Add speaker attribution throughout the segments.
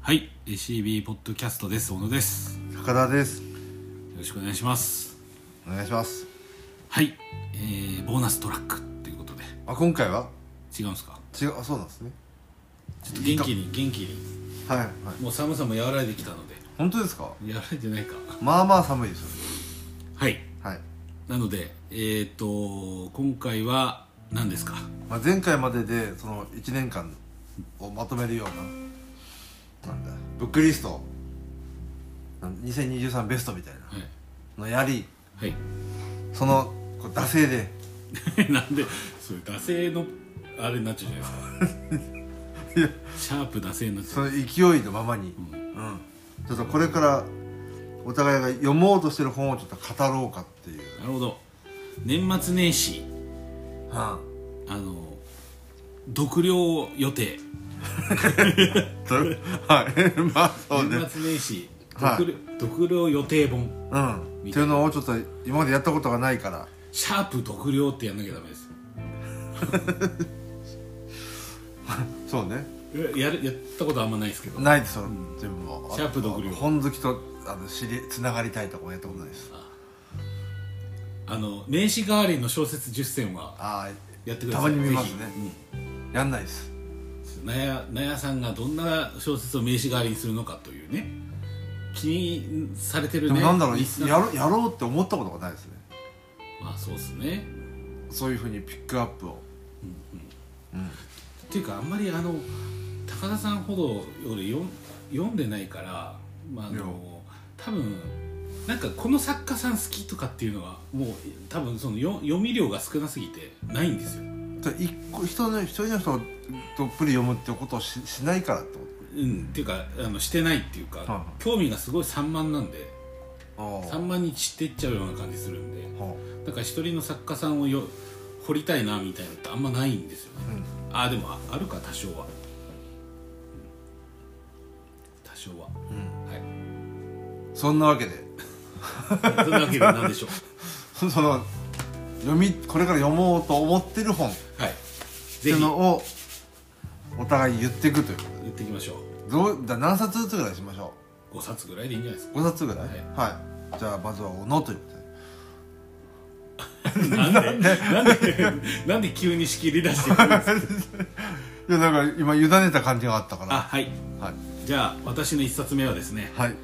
Speaker 1: はい、えー CB ポッドキャストです。小野です。よ
Speaker 2: 高田です
Speaker 1: ろしくお願いします。
Speaker 2: お願いします
Speaker 1: はい、えー、ボーナストラックということで
Speaker 2: あ今回は
Speaker 1: 違うんですか？
Speaker 2: 違うあそうなんですね
Speaker 1: ちょっと元気に元気に
Speaker 2: はいはい
Speaker 1: もう寒さも和らいできたので
Speaker 2: 本当ですか
Speaker 1: 和らいでないか。
Speaker 2: まあまあ寒いですよ
Speaker 1: はい。
Speaker 2: はい、
Speaker 1: なのでえっ、と今回は何ですか？
Speaker 2: まあ、前回まででその1年間をまとめるようななんだブックリストなん2023ベストみたい
Speaker 1: は
Speaker 2: なのやり
Speaker 1: い は
Speaker 2: そのこう惰性で
Speaker 1: い。なんでそういう惰性のあれになっちゃうじゃ ない
Speaker 2: い
Speaker 1: で
Speaker 2: や
Speaker 1: すか。シャープ惰性になっち
Speaker 2: そ
Speaker 1: ゃう。
Speaker 2: の勢いのままに
Speaker 1: う
Speaker 2: うんんちょっとこれからお互いが読もうとしてる本をちょっと語ろうかっていう、
Speaker 1: なるほど。年末年始
Speaker 2: は
Speaker 1: あの読量予定。
Speaker 2: いそれはい まあそうね
Speaker 1: 年末年始
Speaker 2: はい
Speaker 1: 読,、読量予定本
Speaker 2: うん
Speaker 1: み
Speaker 2: ったて
Speaker 1: い
Speaker 2: いうのをちょっと今までやったことがないから
Speaker 1: シャープ読量ってやんなきゃダメです
Speaker 2: そうね
Speaker 1: えやるやったことあんまないですけど
Speaker 2: ないですよ、自分も
Speaker 1: シャープ独立
Speaker 2: 本好きとあの知りつながりたいとかもやったことないです
Speaker 1: あの年始代わりの小説10選は
Speaker 2: あ
Speaker 1: やってく
Speaker 2: あ
Speaker 1: ださ
Speaker 2: たま
Speaker 1: い
Speaker 2: に見ます
Speaker 1: ぜ
Speaker 2: ね、やんないです
Speaker 1: ひなやなやさんがどんな小説を名詞代わりにするのかというね気にされてる
Speaker 2: で
Speaker 1: ね
Speaker 2: もなんだろう、
Speaker 1: リスナー
Speaker 2: やろやろうって思ったことがないですね
Speaker 1: まあそうですね
Speaker 2: そういうふうにピックアップをうん
Speaker 1: っていうかあんまりあの高田さんほどより読ん読んでないから、まあ、あ
Speaker 2: いや
Speaker 1: の多分なんかこの作家さん好きとかっていうのはもう多分そのよ読み量が少なすぎてないんですよ、
Speaker 2: だから一個人の一人の人をどっぷり読むってことをししないからってこ
Speaker 1: うん、っていうかあのしてないっていうか、
Speaker 2: は
Speaker 1: 興味がすごい散漫なんで
Speaker 2: とあ
Speaker 1: 散漫に散っていっちゃうような感じするんで
Speaker 2: あは
Speaker 1: だから一人の作家さんをよ掘りたいなみたいなのってあんまないんですよね
Speaker 2: あ、うん
Speaker 1: あでもああるか多少は、うん多少は
Speaker 2: うん、
Speaker 1: はい
Speaker 2: そんなわけで
Speaker 1: そんなわけで何でしょ
Speaker 2: その読みこれから読もうと思ってる本っ
Speaker 1: う。はい。
Speaker 2: て
Speaker 1: ぜ
Speaker 2: いう
Speaker 1: ひ
Speaker 2: の
Speaker 1: 言
Speaker 2: をお互い言っていくというこ
Speaker 1: っていきましょ
Speaker 2: とでどうだ何冊ずつぐらいしましょ
Speaker 1: う。5冊ぐらいでいいんじゃないです
Speaker 2: う5冊ぐらい
Speaker 1: は
Speaker 2: はいい、じゃあまずは「おの」という こと
Speaker 1: か。
Speaker 2: で
Speaker 1: なんでなんでなんで急に仕切り出してくるんですか。
Speaker 2: いやなんか今委ねた感じがあったか
Speaker 1: あ
Speaker 2: ら
Speaker 1: はい。
Speaker 2: はい、
Speaker 1: じゃあ私の1冊目はですね、
Speaker 2: はい、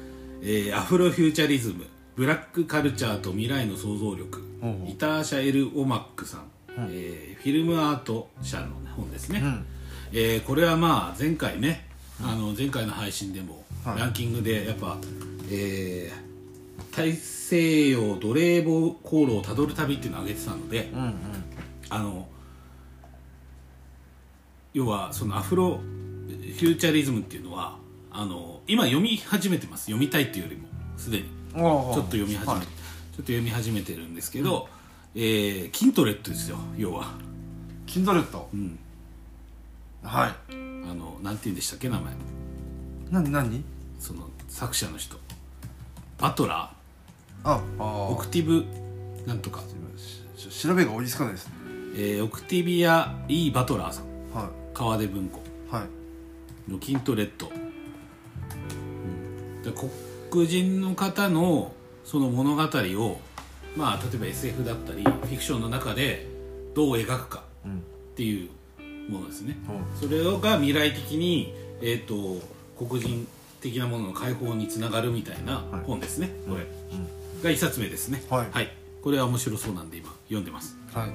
Speaker 1: えーアフロフューチャリズムブラックカルチャーと未来の想像力
Speaker 2: ほうほう
Speaker 1: イターシャエル・オマックさん、えーフィルムアート社の本ですね、
Speaker 2: ん
Speaker 1: えーこれはまあ前回ねあの前回の配信でも
Speaker 2: はい
Speaker 1: ランキングでやっぱ、えー大西洋奴隷貿航路をたどる旅っていうのを挙げてたので、
Speaker 2: うんうん
Speaker 1: あの要はそのアフロフューチャリズムっていうのはあの今読み始めてます読みたいっていうよりもすでに
Speaker 2: ちょ
Speaker 1: ちょっと読み始め、ちょっと読み始めてるんですけど、えー筋トレットですよ要は
Speaker 2: キンドレット
Speaker 1: ん
Speaker 2: はい
Speaker 1: あのなんて言うんでしたっけ名前
Speaker 2: 何何
Speaker 1: その作者の人バトラ
Speaker 2: ああ
Speaker 1: ーオ
Speaker 2: ー
Speaker 1: クティブなんとか、
Speaker 2: しし調べが追いつかないですね
Speaker 1: えーオクティビア・イー・バトラーさん
Speaker 2: は
Speaker 1: 川出文庫
Speaker 2: いはい
Speaker 1: の筋トレッド、で黒人の方のその物語をまあ例えば SF だったりフィクションの中でどう描くか
Speaker 2: うん
Speaker 1: っていうものですね、
Speaker 2: ほう
Speaker 1: それが未来的に、えー、と黒人的なものの解放につながるみたいな
Speaker 2: はい
Speaker 1: 本ですね、これ
Speaker 2: うん
Speaker 1: が一冊目ですね
Speaker 2: はい
Speaker 1: これは面白そうなんで今読んでます
Speaker 2: はい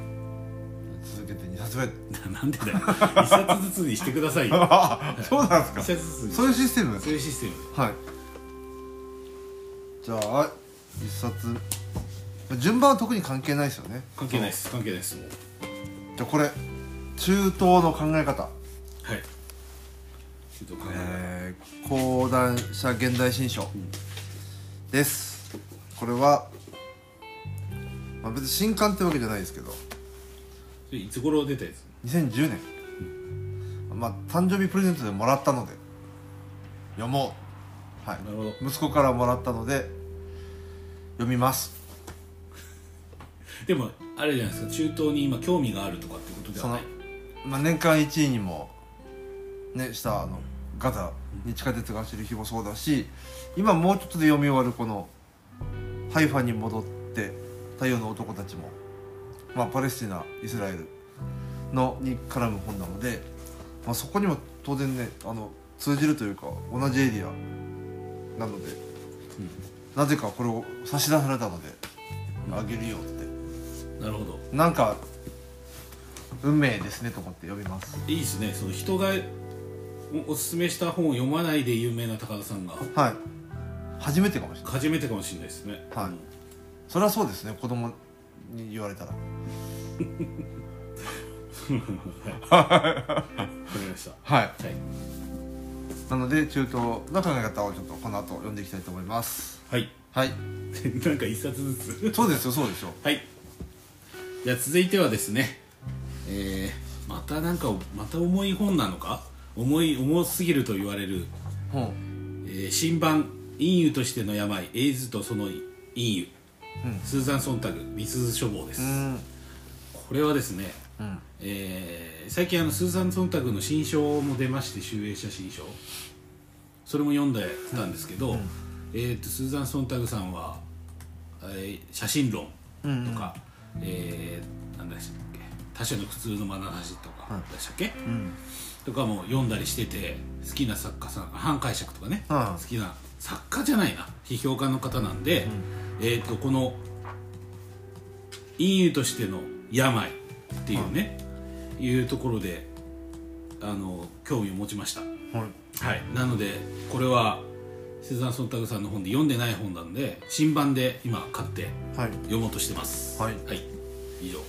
Speaker 2: 続けて2冊目
Speaker 1: なんでだよ一冊ずつにしてくださいよ
Speaker 2: あそうな んです
Speaker 1: 一
Speaker 2: か
Speaker 1: 冊ずつに
Speaker 2: そういうシステム
Speaker 1: そういうシステム
Speaker 2: はいじゃあ一冊順番は特に関係ないですよね
Speaker 1: 関係ないです関係ないですもう
Speaker 2: じゃあこれ中東の考え方、
Speaker 1: はいちょっと考え
Speaker 2: えー、講談社現代新書ですこれは、まあ、別に新刊ってわけじゃないですけど
Speaker 1: それいつ頃出たやつ
Speaker 2: 2010年まあ誕生日プレゼントでもらったので読もうはい
Speaker 1: なるほど
Speaker 2: 息子からもらったので読みます
Speaker 1: でもあれじゃないですか中東に今興味があるとかってことで
Speaker 2: そ
Speaker 1: は
Speaker 2: の
Speaker 1: ない、
Speaker 2: まあ、年間1位にもねしたあのガザに地下鉄が走る日もそうだし今もうちょっとで読み終わるこのハイファに戻って太陽の男たちも、まあ、パレスチナイスラエルのに絡む本なので、まあ、そこにも当然ねあの通じるというか同じエリアなので、なぜかこれを差し出されたのであげるよって
Speaker 1: なるほど
Speaker 2: なんか運命ですねと思って読みます
Speaker 1: いいですねその人がおおすすめした本を読まないで有名な高田さんが
Speaker 2: はい初めてかもしれない
Speaker 1: 初めてかもしれないですね
Speaker 2: はいそれはそうですね子供に言われたら
Speaker 1: わかりましたは
Speaker 2: はい
Speaker 1: い
Speaker 2: なので中東の考え方をちょっとこの後読んでいきたいと思います
Speaker 1: はい
Speaker 2: はい
Speaker 1: なんか一冊ずつ
Speaker 2: そうですよそうですよ
Speaker 1: はい。じゃあ続いてはですね、えーまたなんかまた重い本なのか、重い重すぎると言われる、
Speaker 2: うん
Speaker 1: えー新版陰喩としての病、エイズとその陰喩、
Speaker 2: うん
Speaker 1: スーザンソンタグ、ミスズ書房です。
Speaker 2: うん
Speaker 1: これはですね、
Speaker 2: うん
Speaker 1: えー最近あのスーザン・ソンタグの新書も出まして「集英社新書」それも読んでたんですけど、えー、とスーザン・ソンタグさんは、えー写真論とか、えーなんでしたっけ他者の苦痛の眼差しとか、
Speaker 2: うん
Speaker 1: でしたっけ
Speaker 2: うん
Speaker 1: とかも読んだりしてて好きな作家さん反解釈とかね、
Speaker 2: うん
Speaker 1: 好きな作家じゃないな批評家の方なんで、えー、とこの陰喩としての病っていうね、いうところであの興味を持ちました
Speaker 2: はい
Speaker 1: はいなのでこれはセザン・ソンタグさんの本で読んでない本なんで新版で今買って
Speaker 2: はい
Speaker 1: 読もうとしてます
Speaker 2: はい
Speaker 1: 以上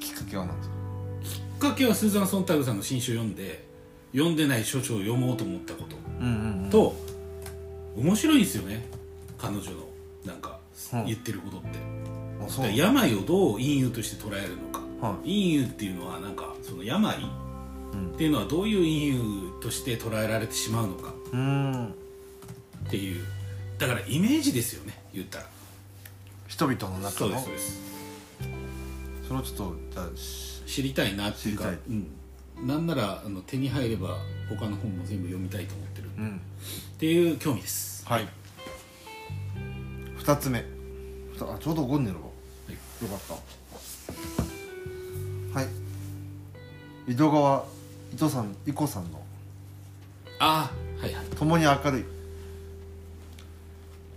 Speaker 2: きっかけは何ですか
Speaker 1: きっかけはスーザン・ソンタグさんの新書を読んで読んでない書書を読もうと思ったこと
Speaker 2: うんうん
Speaker 1: と面白いんですよね彼女のなんか
Speaker 2: うん
Speaker 1: 言ってることって、
Speaker 2: うんあ
Speaker 1: だ
Speaker 2: そ
Speaker 1: か
Speaker 2: う
Speaker 1: ら病をどう陰喩として捉えるのか、
Speaker 2: は
Speaker 1: 陰喩っていうのはなんかその病っ
Speaker 2: うん
Speaker 1: ていうのはどういう陰喩として捉えられてしまうのか
Speaker 2: うん
Speaker 1: っていうだからイメージですよね言ったら
Speaker 2: 人々の中
Speaker 1: そうで
Speaker 2: の
Speaker 1: すそうです
Speaker 2: それをちょっとじゃあし
Speaker 1: 知りたいなっていうか
Speaker 2: 知りたい
Speaker 1: うん、なんならあの手に入れば他の本も全部読みたいと思ってる
Speaker 2: うん
Speaker 1: っていう興味です
Speaker 2: はい2つ目ふたあちょうど5になるわ
Speaker 1: はい
Speaker 2: よかったはい井戸川伊藤さん伊子さんの
Speaker 1: ああはいはい
Speaker 2: 「共に明るい」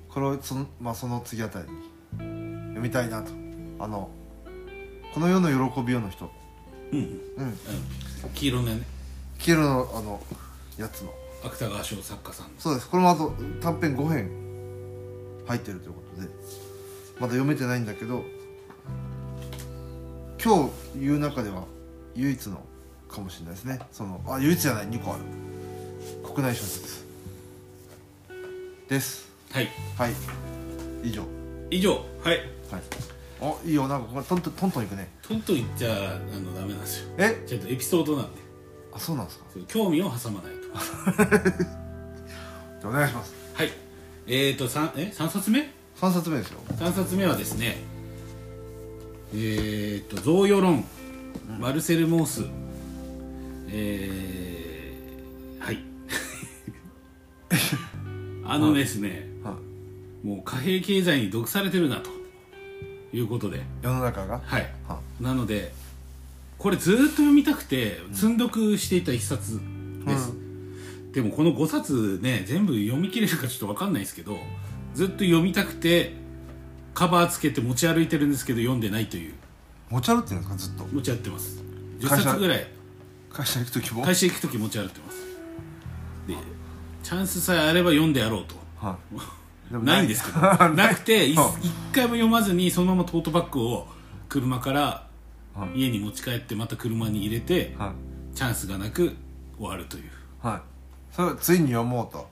Speaker 2: これをその,、まあ、その次あたりに読みたいなとあの「この世の喜びよ」の人
Speaker 1: うんうん
Speaker 2: うん
Speaker 1: うん黄色のね
Speaker 2: 黄色のあのやつの
Speaker 1: 芥川賞作家さんの
Speaker 2: そうですこれもあと短編5編入ってるということでまだ読めてないんだけど今日言う中では唯一のかもしれないですねそのあ唯一じゃない2個ある国内小説です
Speaker 1: はい
Speaker 2: はい以上
Speaker 1: 以上はい
Speaker 2: はいおいいよなんかこれトントントントンいくね
Speaker 1: トントン言っちゃあのダメなんですよ
Speaker 2: え
Speaker 1: ちょっとエピソードなんで
Speaker 2: あそうなんですか
Speaker 1: そう興味を挟まないと
Speaker 2: じゃあお願いします
Speaker 1: はいえーと3え三冊目
Speaker 2: 3冊目ですよ
Speaker 1: 3冊目はですねえーと「贈与論」マルセル・モースえー、はい あのですね
Speaker 2: はい
Speaker 1: もう貨幣経済に毒されてるなということで
Speaker 2: 世の中が
Speaker 1: はい
Speaker 2: は
Speaker 1: なのでこれずーっと読みたくて積読していた一冊です、
Speaker 2: う
Speaker 1: でもこの5冊ね全部読み切れるかちょっと分かんないですけどずっと読みたくてカバーつけて持ち歩いてるんですけど読んでないという
Speaker 2: 持ち歩いてるんですかずっと
Speaker 1: 持ち歩いてます10
Speaker 2: 会社
Speaker 1: 冊ぐらい
Speaker 2: 会社行く時も
Speaker 1: 会社行く時持ち歩いてますでチャンスさえあれば読んでやろうと
Speaker 2: はい。でも
Speaker 1: ないんですけ どなくてい一回も読まずにそのままトートバッグを車から
Speaker 2: はい
Speaker 1: 家に持ち帰ってまた車に入れて
Speaker 2: は
Speaker 1: チャンスがなく終わるという
Speaker 2: い。はい。それはついに読もうと。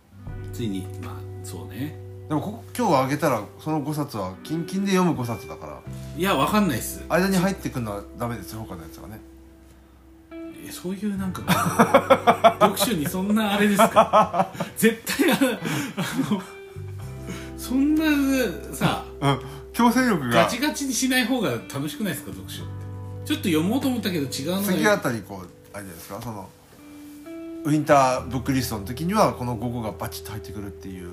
Speaker 1: ついにまあそうね
Speaker 2: でもここ今日はあげたらその5冊はキンキンで読む5冊だから
Speaker 1: いやわかんないっす
Speaker 2: 間に入ってくるのはダメですよ他のやつはね
Speaker 1: えそういうなんか読書にそんなあれですか絶対ああのそんなさ
Speaker 2: うん強制力
Speaker 1: ガ
Speaker 2: が
Speaker 1: チガチにしない方が楽しくないですか読書ってちょっと読もうと思ったけど違うのが
Speaker 2: 次あたりこうあれじゃないですかそのウィンターブックリストの時にはこの5個がバチッと入ってくるっていう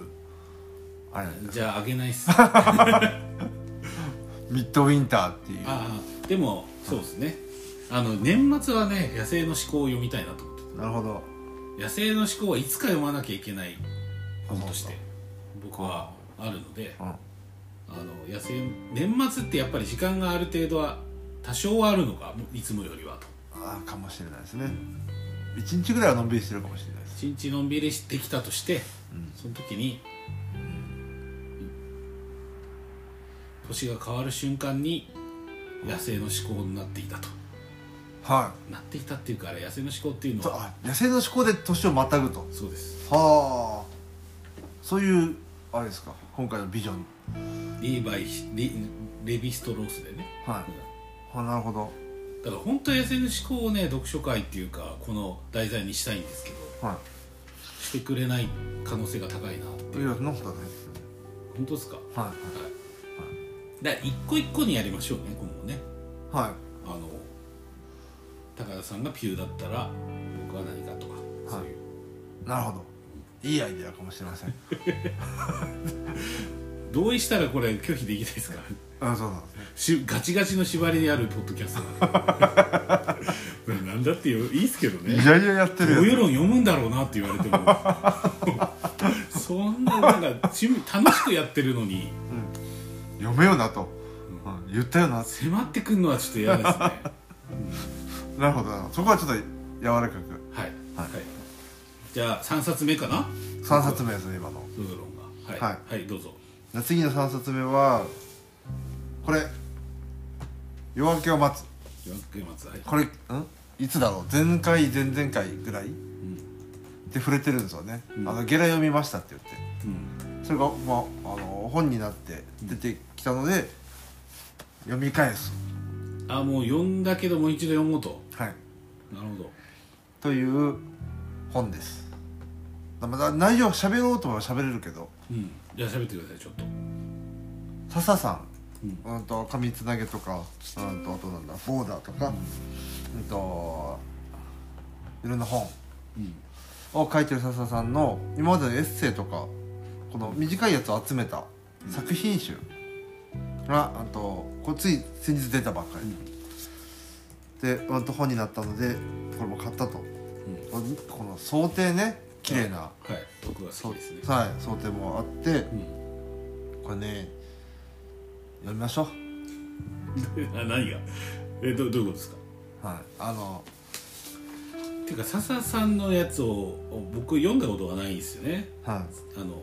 Speaker 2: あれなんです
Speaker 1: じゃああげないっすあ
Speaker 2: ミッドウィンターっていう
Speaker 1: あでもそうですねあの年末はね野生の思考を読みたいなと思って
Speaker 2: なるほど
Speaker 1: て野生の思考はいつか読まなきゃいけない本として
Speaker 2: あ
Speaker 1: 僕はあるので
Speaker 2: そうか
Speaker 1: あの野生年末ってやっぱり時間がある程度は多少はあるのかもういつもよりはと
Speaker 2: うん、ああかもしれないですね1日ぐらいはのんびりしてるかもしれないです、
Speaker 1: 一日のんびりしてきたとして
Speaker 2: うん
Speaker 1: その時に年が変わる瞬間に野生の思考になっていたと
Speaker 2: は
Speaker 1: なっていたっていうから野生の思考っていう
Speaker 2: い
Speaker 1: の
Speaker 2: と
Speaker 1: は
Speaker 2: あ野生の思考で年をまたぐと
Speaker 1: そうです
Speaker 2: はあそういうあれですか今回のビジョン
Speaker 1: リーバイリレビストロースでね
Speaker 2: はい、あなるほど
Speaker 1: だから本当は野生の思考をね読書会っていうかこの題材にしたいんですけど
Speaker 2: は
Speaker 1: してくれない可能性が高いなって
Speaker 2: いい
Speaker 1: いう
Speaker 2: やそんなことはないですよね
Speaker 1: 本当ですか
Speaker 2: は
Speaker 1: だから一個一個にやりましょうね今後ね
Speaker 2: いはいはい
Speaker 1: あの高田さんがピューだったら僕は何かとか、そういう
Speaker 2: なるほどいいアイデアかもしれません
Speaker 1: 同意したらこれ拒否できないですから
Speaker 2: あそうなんですね
Speaker 1: しガチガチの縛りにあるポッドキャストなんで なんだってよいいっすけどね
Speaker 2: いやいややってるや
Speaker 1: お世
Speaker 2: ん
Speaker 1: 論読むんだろうなって言われても そんななんか趣味楽しくやってるのに
Speaker 2: 読めよなと、うん言ったよな
Speaker 1: 迫ってくるのはちょっと嫌ですねはい
Speaker 2: なるほどなるほどそこはちょっと柔らかく
Speaker 1: はい、じゃあ3冊目かな
Speaker 2: 3冊目ですね今の
Speaker 1: ウーロンがはい、
Speaker 2: は
Speaker 1: はいどうぞ
Speaker 2: じゃあ次の3冊目はこれ「夜明けを待つ
Speaker 1: 岩倉松はい」
Speaker 2: これんいつだろう前回前々回ぐらいで触れてるんですよね、
Speaker 1: うん
Speaker 2: あのゲラ読みましたって言って
Speaker 1: うん
Speaker 2: それが、まあ、あの本になって出てきたので、読み返す、
Speaker 1: あもう読んだけどもう一度読もうと
Speaker 2: はい、
Speaker 1: なるほど
Speaker 2: という本ですだまだ内容は喋ろうと思えば喋れるけど
Speaker 1: うんじゃあ喋ってくださいちょっと
Speaker 2: 笹さん、
Speaker 1: う
Speaker 2: うん、と紙つなげとか、うん、とあとなんだボーダーとか、うん、といろんな本
Speaker 1: うん
Speaker 2: を書いてる笹さんの今までのエッセイとかこの短いやつを集めた作品集があとこれつい先日出たばっかり、でうんと本になったのでこれも買ったと、この想定ね綺麗な、
Speaker 1: はい僕は
Speaker 2: そ
Speaker 1: 好
Speaker 2: う
Speaker 1: きですね
Speaker 2: はい、想定もあって
Speaker 1: うん
Speaker 2: これね読みましょ
Speaker 1: あ何がえどどういうことですか
Speaker 2: う、はい、あの
Speaker 1: ていうか笹さんのやつを僕読んだことがないんですよね
Speaker 2: はい
Speaker 1: あの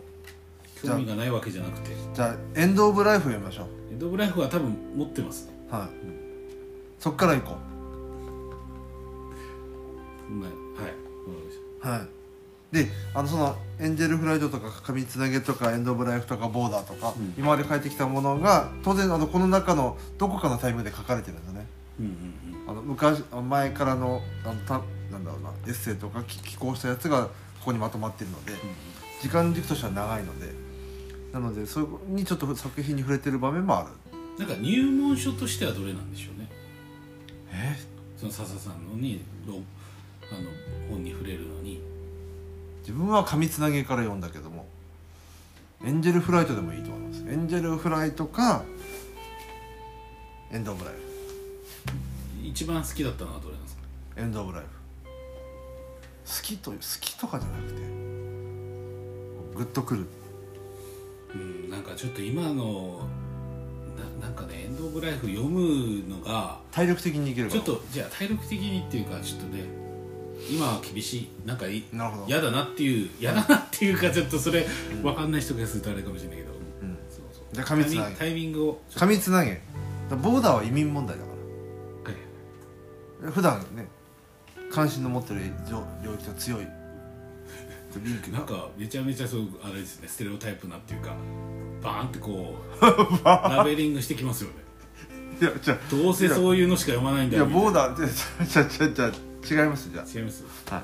Speaker 2: じゃ
Speaker 1: 興
Speaker 2: あ
Speaker 1: 味がないわけじゃなくて
Speaker 2: じゃあエンド・オブ・ライフ読みましょう
Speaker 1: エドブライフは多分持ってますね
Speaker 2: はい、そっから行こ
Speaker 1: そんなはいわかりまし
Speaker 2: うはいであのそのエンジェルフライトとか紙つなげとかエンド・オブ・ライフとかボーダーとか、
Speaker 1: うん
Speaker 2: 今まで書いてきたものが当然あのこの中のどこかのタイムで書かれてるんだね
Speaker 1: たうんうんうん
Speaker 2: あの昔前からのあのたなんだろうなエッセイとかき寄稿したやつがここにまとまってるので、時間軸としては長いのでなのでそこにちょっと作品に触れてる場面もある
Speaker 1: なんか入門書としてはどれなんでしょうね
Speaker 2: え
Speaker 1: その笹さんのにろあの本に触れるのに
Speaker 2: 自分は紙つなげから読んだけどもエンジェルフライトでもいいと思いますエンジェルフライトかエンド・オブ・ライフ
Speaker 1: 一番好きだったのはどれなんですか
Speaker 2: エンド・オブ・ライフ好きという好きとかじゃなくてグッとくる
Speaker 1: うんなんかちょっと今のななんかねエンド・オブ・ライフ読むのが
Speaker 2: 体力的にいけるか
Speaker 1: ちょ
Speaker 2: ら
Speaker 1: っとじゃあ体力的にっていうかちょっとね今は厳しいなんかい
Speaker 2: なるほど
Speaker 1: 嫌だなっていう嫌だなっていうかちょっとそれ分かんない人がするとあれかもしれないけど、
Speaker 2: うん
Speaker 1: そうそう
Speaker 2: じゃあ紙つなげ
Speaker 1: タイミングをちょっ
Speaker 2: 紙つなげボーダーは移民問題だから
Speaker 1: とはい
Speaker 2: 普段ね関心の持ってる領域が強いリンク
Speaker 1: なんかめちゃめちゃそうあれですねステレオタイプなっていうかバーンってこ うラベリングしてきますよね
Speaker 2: いやじゃ
Speaker 1: どうせそういうのしか読まないん
Speaker 2: い
Speaker 1: だ
Speaker 2: や
Speaker 1: よ
Speaker 2: ボー
Speaker 1: み
Speaker 2: ダーってじゃじゃじゃじゃ違いますじゃ
Speaker 1: たいな違います
Speaker 2: あは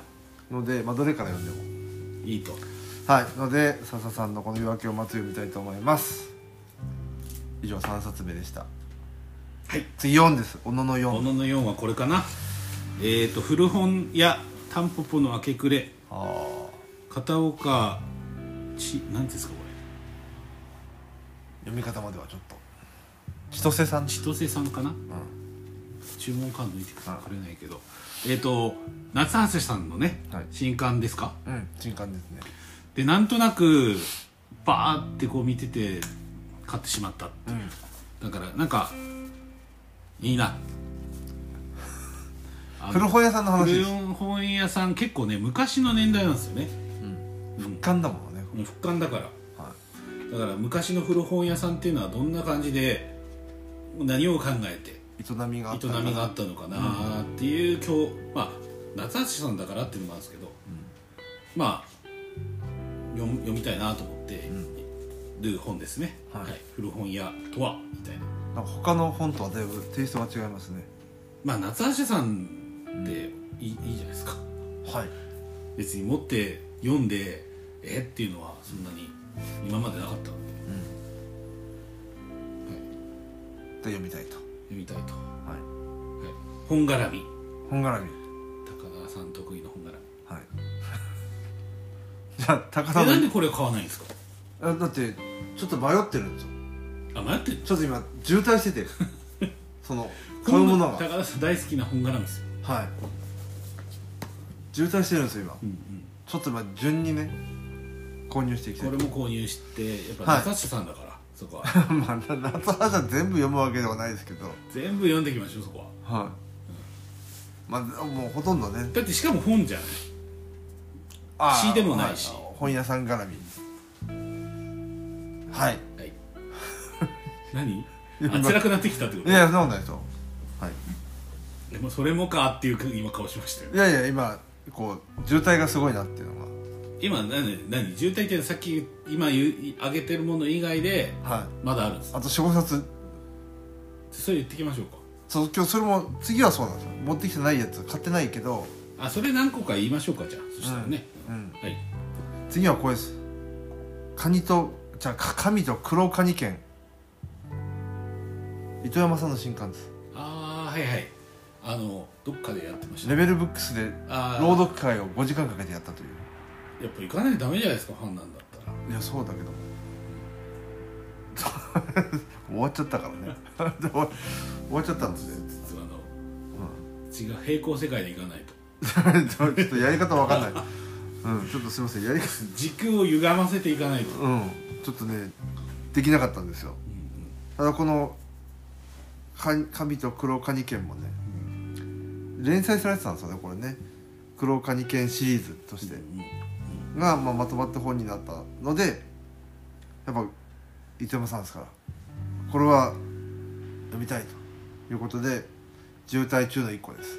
Speaker 2: いのでまあどれから読んで
Speaker 1: いいと
Speaker 2: もはいので笹さんのこの「夜明けを待つ」読みたいと思います以上3冊目でした
Speaker 1: はい
Speaker 2: 次4です小野の
Speaker 1: も
Speaker 2: 4
Speaker 1: のの4はこれかなえっ、ー、と古本屋タンポポの明け暮れ
Speaker 2: あ
Speaker 1: 片岡ちなんていうんですかこ
Speaker 2: 読み方まではちょっと千歳さん
Speaker 1: れ千歳さんかな
Speaker 2: うん
Speaker 1: 注文カード見てく
Speaker 2: はい
Speaker 1: れないけどえっ、と夏橋さんのね、
Speaker 2: はい
Speaker 1: 新刊ですか
Speaker 2: うん新刊ですね
Speaker 1: でなんとなくバーってこう見てて買ってしまった
Speaker 2: う
Speaker 1: だ
Speaker 2: ん
Speaker 1: からなんかいいなあの
Speaker 2: 古本屋さんの話
Speaker 1: 古
Speaker 2: です
Speaker 1: 本屋さん結構ね昔の年代なんですよね、
Speaker 2: 復刊だもんね
Speaker 1: もう復刊だから
Speaker 2: は
Speaker 1: だから昔の古本屋さんっていうのはどんな感じで何を考えて
Speaker 2: い営みがあった
Speaker 1: 営みがあったのかなっていう今日まあ夏橋さんだからっていうのもあるんですけど、まあ読む読みたいなと思ってる本ですね、
Speaker 2: はい
Speaker 1: 古本屋とはみたいな
Speaker 2: なんか他の本とはだいぶテイストが違いますね
Speaker 1: まあ夏橋さんっていい,、いいじゃないですか
Speaker 2: はい
Speaker 1: 別に持って読んでえっていうのはそんなに今までなかったので、はい、
Speaker 2: で読みたいと
Speaker 1: 読みたいと、は
Speaker 2: はい
Speaker 1: い、本絡み
Speaker 2: 本絡み
Speaker 1: 高田さん得意の本絡み
Speaker 2: はいじゃあ高田
Speaker 1: え
Speaker 2: の
Speaker 1: なんでこれ買わないんですか
Speaker 2: あだってちょっと迷ってるんです
Speaker 1: あ
Speaker 2: よ
Speaker 1: 迷ってる
Speaker 2: ちょっと今渋滞してて その買うものが
Speaker 1: 高田さん大好きな本柄ですよ、
Speaker 2: はい渋滞してるんですよ今ちょっと今順にね購入していきたい
Speaker 1: これも購入してやっぱ
Speaker 2: はい
Speaker 1: ナタッシュさんだから、そこは
Speaker 2: まあな夏はじゃ全部読むわけではないですけどはい
Speaker 1: 全部読んでいきましょうそこは
Speaker 2: まあもうほとんどね
Speaker 1: だってしかも本じゃない
Speaker 2: あー
Speaker 1: 詩でもないし
Speaker 2: まあ本屋さん絡みはい
Speaker 1: はい 何
Speaker 2: や
Speaker 1: あ辛くなってきたってこ
Speaker 2: い
Speaker 1: と
Speaker 2: やそんなことないですよはい
Speaker 1: でもそれもかっていう今顔しましたよ
Speaker 2: いやいや今こう渋滞がすごいなっていうの
Speaker 1: 今何何渋滞ってさっき今言う上げてるもの以外で
Speaker 2: がはい
Speaker 1: まだあるんです
Speaker 2: あと45冊
Speaker 1: それ言ってきましょうか
Speaker 2: そう今日それも次はそうなんですよ持ってきてないやつ買ってないけど
Speaker 1: あそれ何個か言いましょうかじゃあそしたらね、
Speaker 2: うん
Speaker 1: はい
Speaker 2: 次はこれですカニとじゃあか神と黒カニ犬糸山さんの新刊です
Speaker 1: ああはいはいあのどっかでやってました
Speaker 2: レベルブックスで
Speaker 1: あー
Speaker 2: 朗読会を5時間かけてやったという
Speaker 1: やっぱ行かないとダメじゃないですかファンなんだったら
Speaker 2: いやそうだけど 終わっちゃったからね 終わ終わっちゃったんですね
Speaker 1: 実はあの、違う平行世界で行かないと
Speaker 2: ちょっとやり方わかんないうんちょっとすいませんやり方
Speaker 1: 軸を歪ませていかないと、
Speaker 2: うんちょっとねできなかったんですよただこの「か神と黒カニ犬」もね連載されてたんですよねこれね「黒カニ犬」シリーズとしてが、まあ、まとまった本になったのでやっぱ糸山さんですからこれは読みたいということで渋滞中の1個です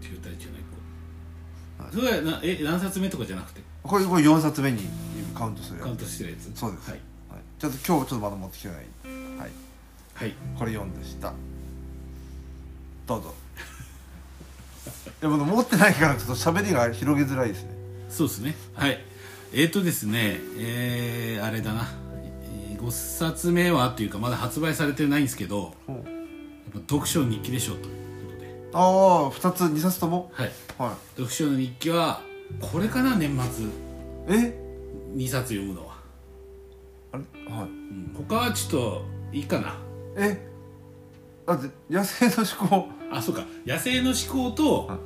Speaker 1: 中退中の一個、
Speaker 2: はい
Speaker 1: それはなえ何冊目とかじゃなくて
Speaker 2: これこれ4冊目にカウントするやつ
Speaker 1: カウントしてるやつ
Speaker 2: そうです
Speaker 1: はい、
Speaker 2: はい、ちょっと今日ちょっとまだ持ってきてない、はい、
Speaker 1: はい、
Speaker 2: これ読んでしたどうぞいやもう持ってないからちょっと喋りが広げづらいですね
Speaker 1: そうですねはいえっ、ー、とですねえー、あれだな、え5冊目はというかまだ発売されてないんですけどやっぱ読書の日記でしょということで
Speaker 2: ああ2つ2冊とも
Speaker 1: はい
Speaker 2: は
Speaker 1: 読書の日記はこれかな年末
Speaker 2: いえ
Speaker 1: 2冊読むのは、
Speaker 2: あれはい
Speaker 1: うん、他はちょっといいかな
Speaker 2: えだって野生の思考
Speaker 1: あそうか野生の思考と
Speaker 2: はい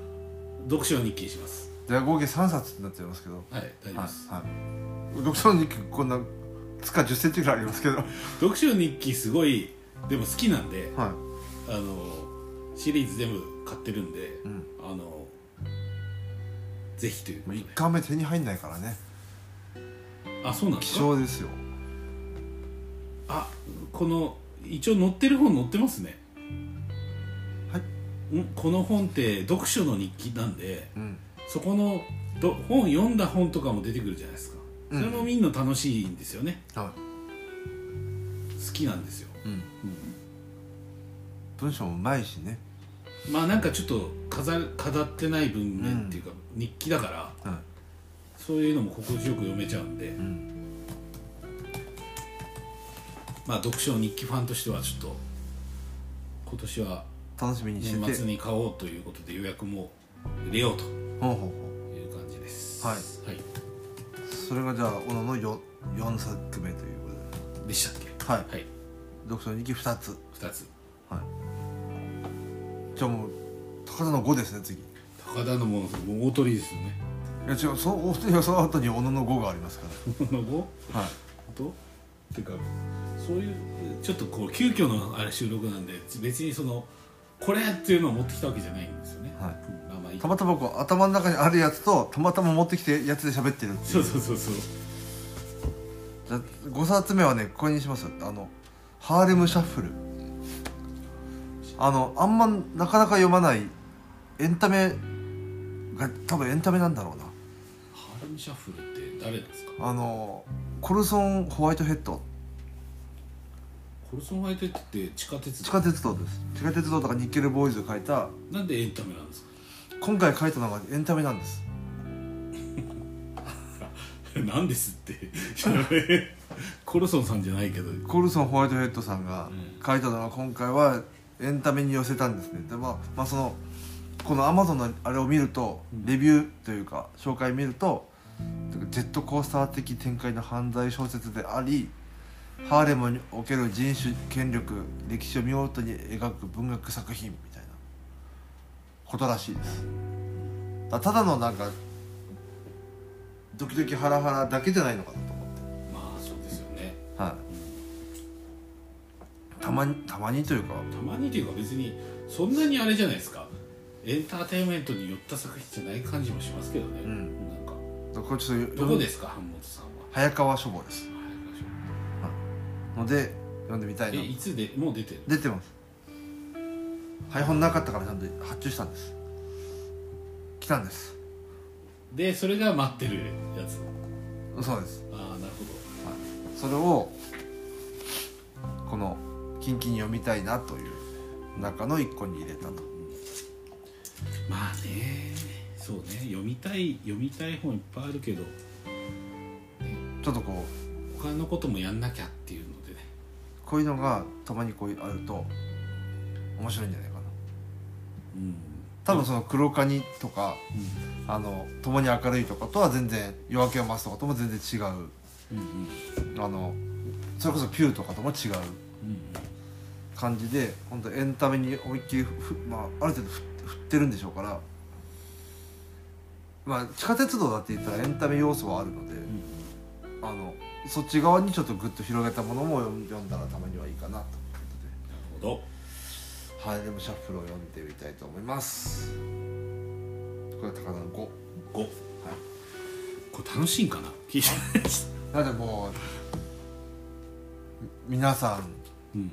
Speaker 1: 読書の日記にします
Speaker 2: じゃあ合計3冊になっちゃいますけど
Speaker 1: はい大丈夫
Speaker 2: は
Speaker 1: です、
Speaker 2: い、はい、読書の日記こんなつか1 0ンチぐらいありますけどはい
Speaker 1: 読書の日記すごいでも好きなんであのシリーズ全部買ってるんで、
Speaker 2: ん
Speaker 1: あのぜひというこ
Speaker 2: もう
Speaker 1: とで
Speaker 2: 1巻目手に入んないからね
Speaker 1: あそうなんで
Speaker 2: 希
Speaker 1: すか
Speaker 2: 少ですよ
Speaker 1: あこの一応載ってる本載ってますね
Speaker 2: はい
Speaker 1: んこの本って読書の日記なんで
Speaker 2: うん
Speaker 1: そこのど本読んだ本とかも出てくるじゃないですか
Speaker 2: う
Speaker 1: そ
Speaker 2: ん
Speaker 1: れも見るの楽しいんですよね
Speaker 2: は
Speaker 1: 好きなんですよ、
Speaker 2: い、うん、文章もうまいしね
Speaker 1: まあなんかちょっと飾る飾ってない文面っていうか、日記だから
Speaker 2: は
Speaker 1: そういうのも心地よく読めちゃうんで、
Speaker 2: い、うん、
Speaker 1: まあ読書日記ファンとしてはちょっと今年は
Speaker 2: 楽しみにしてて
Speaker 1: 年末に買おうということで予約も入れようと
Speaker 2: うんほうほうほ
Speaker 1: いう感じです、
Speaker 2: はいうそれがじゃあ小野の 4, 四作目ということ
Speaker 1: でしたっけ
Speaker 2: ではい
Speaker 1: はい
Speaker 2: 読書日記2つ
Speaker 1: 2つ
Speaker 2: はいじゃあもう高田の5ですね次い
Speaker 1: 高田のものもう大鳥ですよね
Speaker 2: や違うそうお二人はその後に小野の5がありますか
Speaker 1: の後
Speaker 2: らはい
Speaker 1: とてかそういうちょっとこう急遽のあれ収録なんで別にそのこれっていうのを持ってきたわけじゃないんですよね、
Speaker 2: はい
Speaker 1: うんまあまあいい
Speaker 2: たまたまこう頭の中にあるやつとたまたま持ってきてやつで喋ってるっていう
Speaker 1: そうそうそうそう
Speaker 2: じゃあ5冊目はねこれにしますあの「ハーレムシャッフル」あのあんまなかなか読まないエンタメが多分エンタメなんだろうな
Speaker 1: ハーレムシャッフルって誰なんですか
Speaker 2: あのコルソン・ホワイトヘッド
Speaker 1: コルソン・ホワイトヘッドって地下鉄
Speaker 2: 地下鉄道です地下鉄道とかニッケルボーイズが書いた
Speaker 1: なんでエンタメなんですか
Speaker 2: 今回書いたのがエンタメなんです
Speaker 1: なんですってコルソンさんじゃないけど
Speaker 2: コルソン・ホワイトヘッドさんが
Speaker 1: う
Speaker 2: 書いたのが今回はエンタメに寄せたんですねでまあ、まあ、そのこのアマゾンのあれを見ると
Speaker 1: うん
Speaker 2: レビューというか紹介見るとジェットコースター的展開の犯罪小説でありハーレムにおける人種権力歴史を見事に描く文学作品みたいなことらしいですだただのなんかドキドキハラハラだけじゃないのかなと思って。
Speaker 1: まあそうですよね
Speaker 2: はい、たまにたまにというか
Speaker 1: たまにというか別にそんなにあれじゃないですかエンターテインメントに寄った作品じゃない感じもしますけどね、
Speaker 2: うん
Speaker 1: なんか
Speaker 2: これちょっと
Speaker 1: どこ
Speaker 2: 読ん
Speaker 1: ですか版元さんは
Speaker 2: 早川書房です
Speaker 1: は
Speaker 2: ので読んでみたい
Speaker 1: い
Speaker 2: な
Speaker 1: えいつでもう出てる
Speaker 2: 出てます配本なかったからちゃんと発注したんです来たんです
Speaker 1: でそれが待ってるやつ
Speaker 2: そうです
Speaker 1: ああなる
Speaker 2: それをこのキンキンに読みたいなという中の一個に入れたと
Speaker 1: ほどまあねそうね読みたい読みたい本いっぱいあるけど
Speaker 2: ちょっとこう
Speaker 1: 他のこともやんなきゃっていうのでね
Speaker 2: こういうのがたまにこうあると面白いんじゃないかな
Speaker 1: うん
Speaker 2: 多分その黒カニとかあの共に明るいとかとは全然夜明けを待つとかとも全然違
Speaker 1: う
Speaker 2: う
Speaker 1: んうんうん
Speaker 2: あのそれこそピューとかとも違う感じで本当エンタメに思いっきりふ、まあ、ある程度振振ってるんでしょうから、まあ、地下鉄道だって言ったらエンタメ要素はあるので、あのそっち側にちょっとグッと広げたものも読ん読んだらたまにはいいかなという
Speaker 1: なるほど
Speaker 2: ことで「ハーレムシャッフル」を読んでみたいと思います。これ高田の5
Speaker 1: 5はいこれ楽しいんかな聞いてないし
Speaker 2: だってもうみ皆さ
Speaker 1: う
Speaker 2: ん
Speaker 1: ん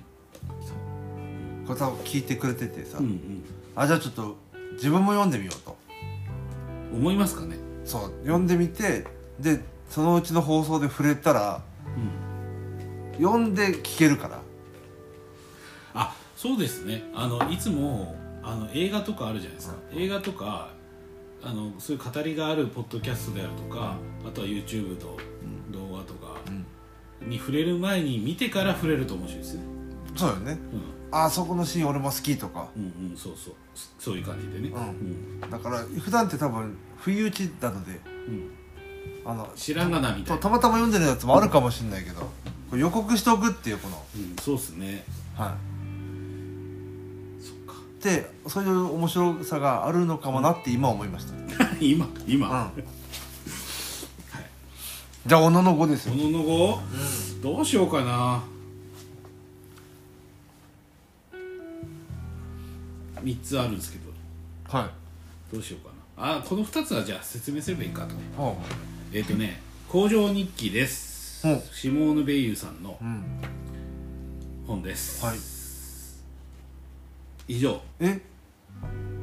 Speaker 2: これ多分聞いてくれててさ、
Speaker 1: うん
Speaker 2: あじゃあちょっと自分も読んでみようと
Speaker 1: うん思いますかね
Speaker 2: そう読んでみてでそのうちの放送で触れたら
Speaker 1: うん
Speaker 2: 読んで聞けるから
Speaker 1: あそうですねあのいつもあの映画とかあるじゃないですか映画とかあのそういう語りがあるポッドキャストであるとかあとは YouTube と動画とか
Speaker 2: ん
Speaker 1: に触れる前に見てから触れると面白いですね
Speaker 2: そうよね
Speaker 1: うん
Speaker 2: あそこのシーン俺も好きとか
Speaker 1: うんうんそうそうそそういう感じでね
Speaker 2: う
Speaker 1: ん
Speaker 2: んだから普段って多分不意打ちなので
Speaker 1: うん
Speaker 2: あの
Speaker 1: 知らんがなみた
Speaker 2: と
Speaker 1: いな
Speaker 2: たまたま読んでるやつもあるかもしれないけどこれ予告しておくっていうこの
Speaker 1: うんそうっすね
Speaker 2: は
Speaker 1: そっか
Speaker 2: いでそういう面白さがあるのかもなって今思いました、うん、
Speaker 1: 今今は
Speaker 2: じゃあおのの5です
Speaker 1: い
Speaker 2: よ
Speaker 1: ものの後どうしようかな3つあるんですけど
Speaker 2: はい
Speaker 1: どうしようかなあこの2つはじゃあ説明すればいいかと
Speaker 2: は
Speaker 1: えっ、とね「工場日記」です
Speaker 2: うん
Speaker 1: シモーヌ・ベイユさんの
Speaker 2: あ、うん、
Speaker 1: 本です、
Speaker 2: はい
Speaker 1: 以上
Speaker 2: え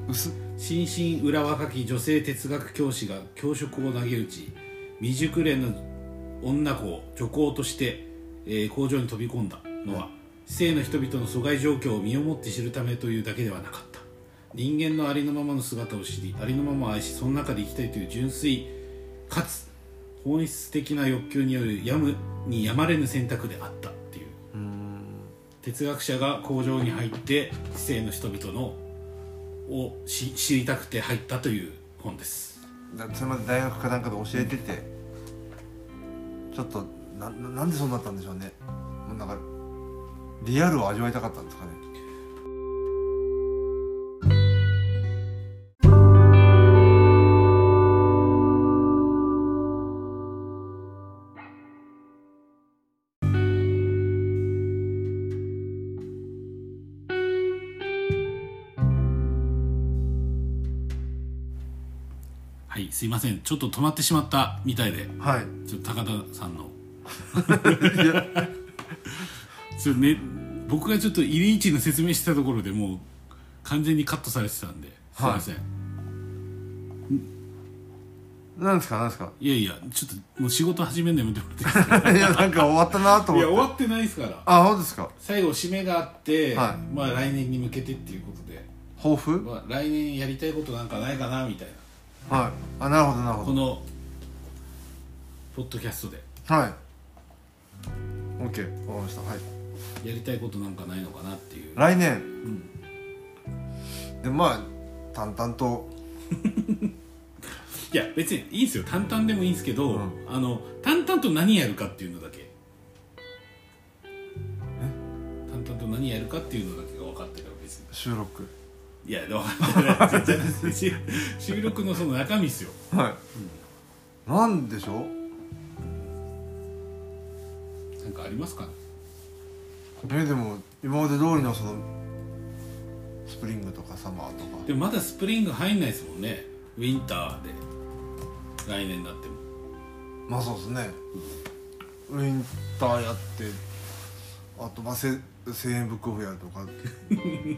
Speaker 2: 薄っ
Speaker 1: 新進裏若き女性哲学教師が教職を投げ打ち未熟練の女子を女工として、えー工場に飛び込んだのは市政の人々の疎外状況を身をもって知るためというだけではなかった人間のありのままの姿を知りありのままを愛しその中で生きたいという純粋かつ本質的な欲求によるやむにやまれぬ選択であったっていう哲学者が工場に入って市政の人々のをし知りたくて入ったという本です
Speaker 2: だそれまで大学かなんかで教えてて、ちょっとなななんでそうなったんでしょうねもうなんかリアルを味わいたかったんですかね
Speaker 1: はいすいませんちょっと止まってしまったみたいで
Speaker 2: はい
Speaker 1: ちょっと高田さんの
Speaker 2: いや
Speaker 1: それ、ね、僕がちょっと入り位置の説明してたところでもう完全にカットされてたんですいません、
Speaker 2: なんですかなんですか
Speaker 1: い、やいやちょっともう仕事始めんのやめてもらっていいですか
Speaker 2: いやなんか終わったな と
Speaker 1: い
Speaker 2: 思っ
Speaker 1: や終
Speaker 2: て
Speaker 1: わってないですから
Speaker 2: あそうですか
Speaker 1: 最後締めがあって、
Speaker 2: は
Speaker 1: まあ来年に向けてっていうことで、
Speaker 2: 抱負
Speaker 1: まあ、来年やりたいことなんかないかなみたいな
Speaker 2: はいあなるほどなるほ
Speaker 1: このポッドキャストで
Speaker 2: どはい OK わかりましたはい
Speaker 1: やりたいことなんかないのかなっていう
Speaker 2: 来年、でまあ淡々と
Speaker 1: いや別にいいんですよ淡々でもいいんですけど、
Speaker 2: うん
Speaker 1: あの淡々と何やるかっていうのだけ淡々と何やるかっていうのだけが分かってるから別に
Speaker 2: 収録
Speaker 1: いや分かってない全然収録のその中身っすよ
Speaker 2: はい、なんでしょう
Speaker 1: なんかありますかね
Speaker 2: えでも今まで通りのそのスプリングとかサマーとか
Speaker 1: でもまだスプリング入んないですもんねウィンターで来年だっても
Speaker 2: まあそうですねウィンターやってあとまあせ1000円ブックオフやると かそういう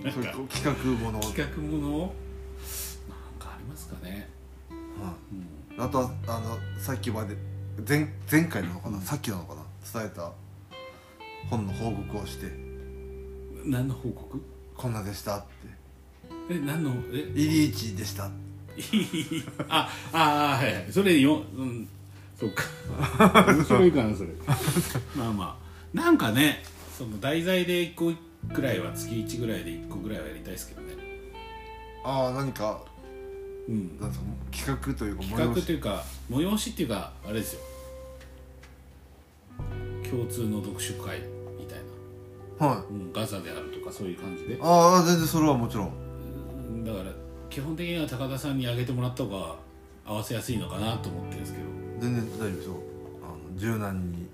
Speaker 2: 企画もの、はい
Speaker 1: 企画ものをなんかありますかね、うん
Speaker 2: あとはあのさっきまで前前回なのかな、さっきなのかな伝えた本の報告をして
Speaker 1: 何の報告
Speaker 2: こんなでしたって
Speaker 1: え何のえ
Speaker 2: イリーチでした
Speaker 1: ああーはいはいそれよ、うん、そうか 面白いかなそれまあまあなんかねその題材で1個くらいは月1ぐらいで1個ぐらいはやりたいですけどね、
Speaker 2: ああ何か
Speaker 1: うん、
Speaker 2: なんか企画というか
Speaker 1: 企画
Speaker 2: 催
Speaker 1: と
Speaker 2: し
Speaker 1: いうか催しっていうかあれですよ共通の読書会みたいな、
Speaker 2: は
Speaker 1: うん、ガザであるとかそういう感じで
Speaker 2: いああ全然それはもちろん
Speaker 1: うんだから基本的には高田さんにあげてもらった方が合わせやすいのかなと思ってるんですけど
Speaker 2: 全然大丈夫ですよあの柔軟に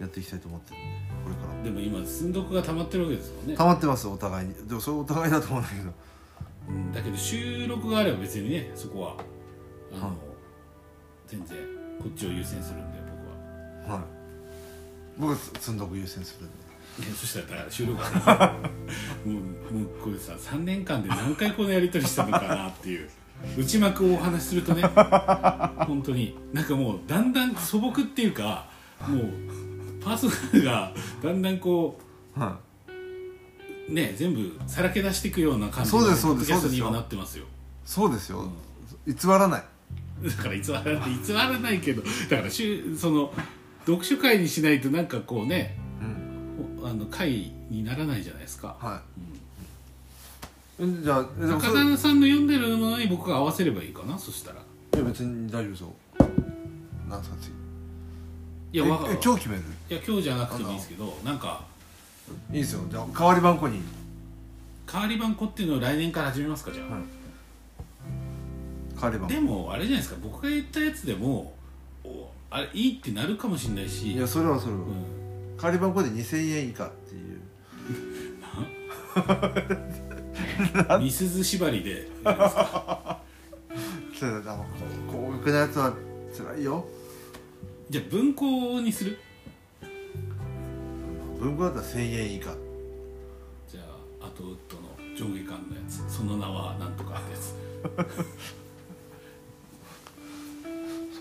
Speaker 2: やっていきたいと思ってるんでこれから
Speaker 1: でも今寸読が溜まってるわけですもんね
Speaker 2: 溜まってますお互いにでもそれお互いだと思うんだけど
Speaker 1: うんだけど収録があれば別にねそこはあの、
Speaker 2: はい
Speaker 1: 全然こっちを優先するんで僕は
Speaker 2: はい僕は積んどく優先するんで
Speaker 1: いやそしたらだから収録が もうもうこれさ3年間で何回このやり取りしたのかなっていう内幕をお話しする とね本当になんかもうだんだん素朴っていうかもうパーソナルがだんだんこ
Speaker 2: は
Speaker 1: うね全部さらけ出していくような感じの
Speaker 2: そうですそうです
Speaker 1: ポッドキャストに
Speaker 2: そうですよ
Speaker 1: 今なってますよ
Speaker 2: いそうですよ、偽らない
Speaker 1: だから偽らない偽らないけどだからしゅその読書会にしないとなんかこうね
Speaker 2: うん
Speaker 1: おあの会にならないじゃないですか
Speaker 2: はい、えじゃあえでも
Speaker 1: 高
Speaker 2: それい
Speaker 1: 田さんの読んでるものに僕が合わせればいいかなそしたら
Speaker 2: や別に大丈夫ですよなんですか次
Speaker 1: いや
Speaker 2: え
Speaker 1: わか
Speaker 2: え今日決める
Speaker 1: いや今日じゃなくてもいいですけどなんか
Speaker 2: いいですよじゃあ代わり番号に
Speaker 1: 代わり番こっていうのを来年から始めますかじゃあ、
Speaker 2: はい代わり番
Speaker 1: でもあれじゃないですか僕が言ったやつでもおあれいいってなるかもしれないし
Speaker 2: いやそれはそれは、
Speaker 1: うん
Speaker 2: 代わり番号で2000円以下っていう
Speaker 1: みすず縛りでやりますか
Speaker 2: そうだあの高額なやつは辛いよ
Speaker 1: じゃあ文庫にする
Speaker 2: 文庫だったら1000円以下
Speaker 1: じゃあアトウッドの上下巻のやつその名はなんとかってやつ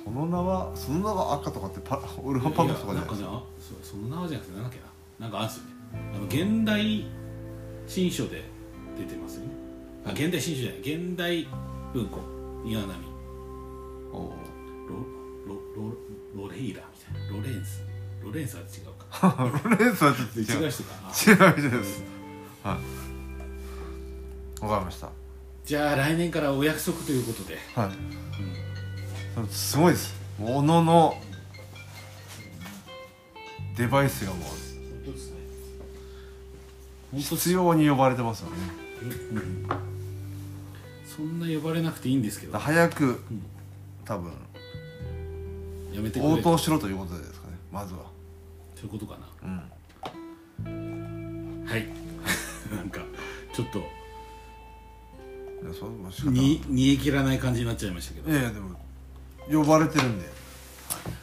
Speaker 2: その名はその名は赤とかってパオルファンパンクとかじゃないです
Speaker 1: い
Speaker 2: か
Speaker 1: やなんかねそその名はじゃなくてなんだっけななんかあるんですよねあの現代新書で出てますよねあ現代新書じゃない現代文庫岩波
Speaker 2: おう
Speaker 1: ロロロロレイラみたいなロレンスロレンスは違うか
Speaker 2: ロレンスはちょっと違う
Speaker 1: 違
Speaker 2: 違
Speaker 1: う
Speaker 2: う
Speaker 1: 人かあ
Speaker 2: 人ですはいわかりました
Speaker 1: じゃあ来年からお約束ということで、
Speaker 2: はい、すごいですもののデバイスがもう
Speaker 1: 本当ですね本当
Speaker 2: 必要に呼ばれてますよね
Speaker 1: そんな呼ばれなくていいんですけど
Speaker 2: だから早く多分
Speaker 1: やめてく
Speaker 2: 応
Speaker 1: れと
Speaker 2: 答しろということですかねまずは
Speaker 1: そういうことか
Speaker 2: うん
Speaker 1: なはい なんかちょっと
Speaker 2: いやそうもう仕方ないい
Speaker 1: に煮え切らない感じになっちゃいましたけど
Speaker 2: やいやでも呼ばれてるんで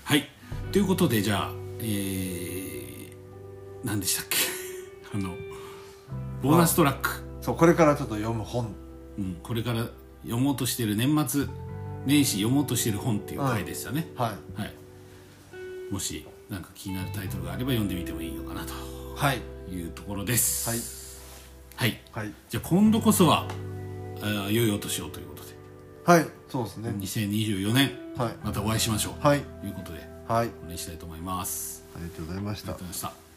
Speaker 1: はいということでじゃあえー、何でしたっけ あのボーナストラック、
Speaker 2: そうこれからちょっと読む本
Speaker 1: うん、これから読もうとしてる年末年始読もうとしてる本っていう回でしたね、
Speaker 2: はい
Speaker 1: はい、もしなんか気になるタイトルがあれば読んでみてもいいのかなと
Speaker 2: はい
Speaker 1: いうところです
Speaker 2: はい、
Speaker 1: はい、
Speaker 2: はい
Speaker 1: じゃあ今度こそはあー良いお年をということで
Speaker 2: はいそうですね
Speaker 1: 2024年
Speaker 2: はい
Speaker 1: またお会いしましょう、
Speaker 2: はい
Speaker 1: ということで
Speaker 2: はい
Speaker 1: お願いしたいと思います
Speaker 2: ありがとうございまし
Speaker 1: あり
Speaker 2: た
Speaker 1: がとうございました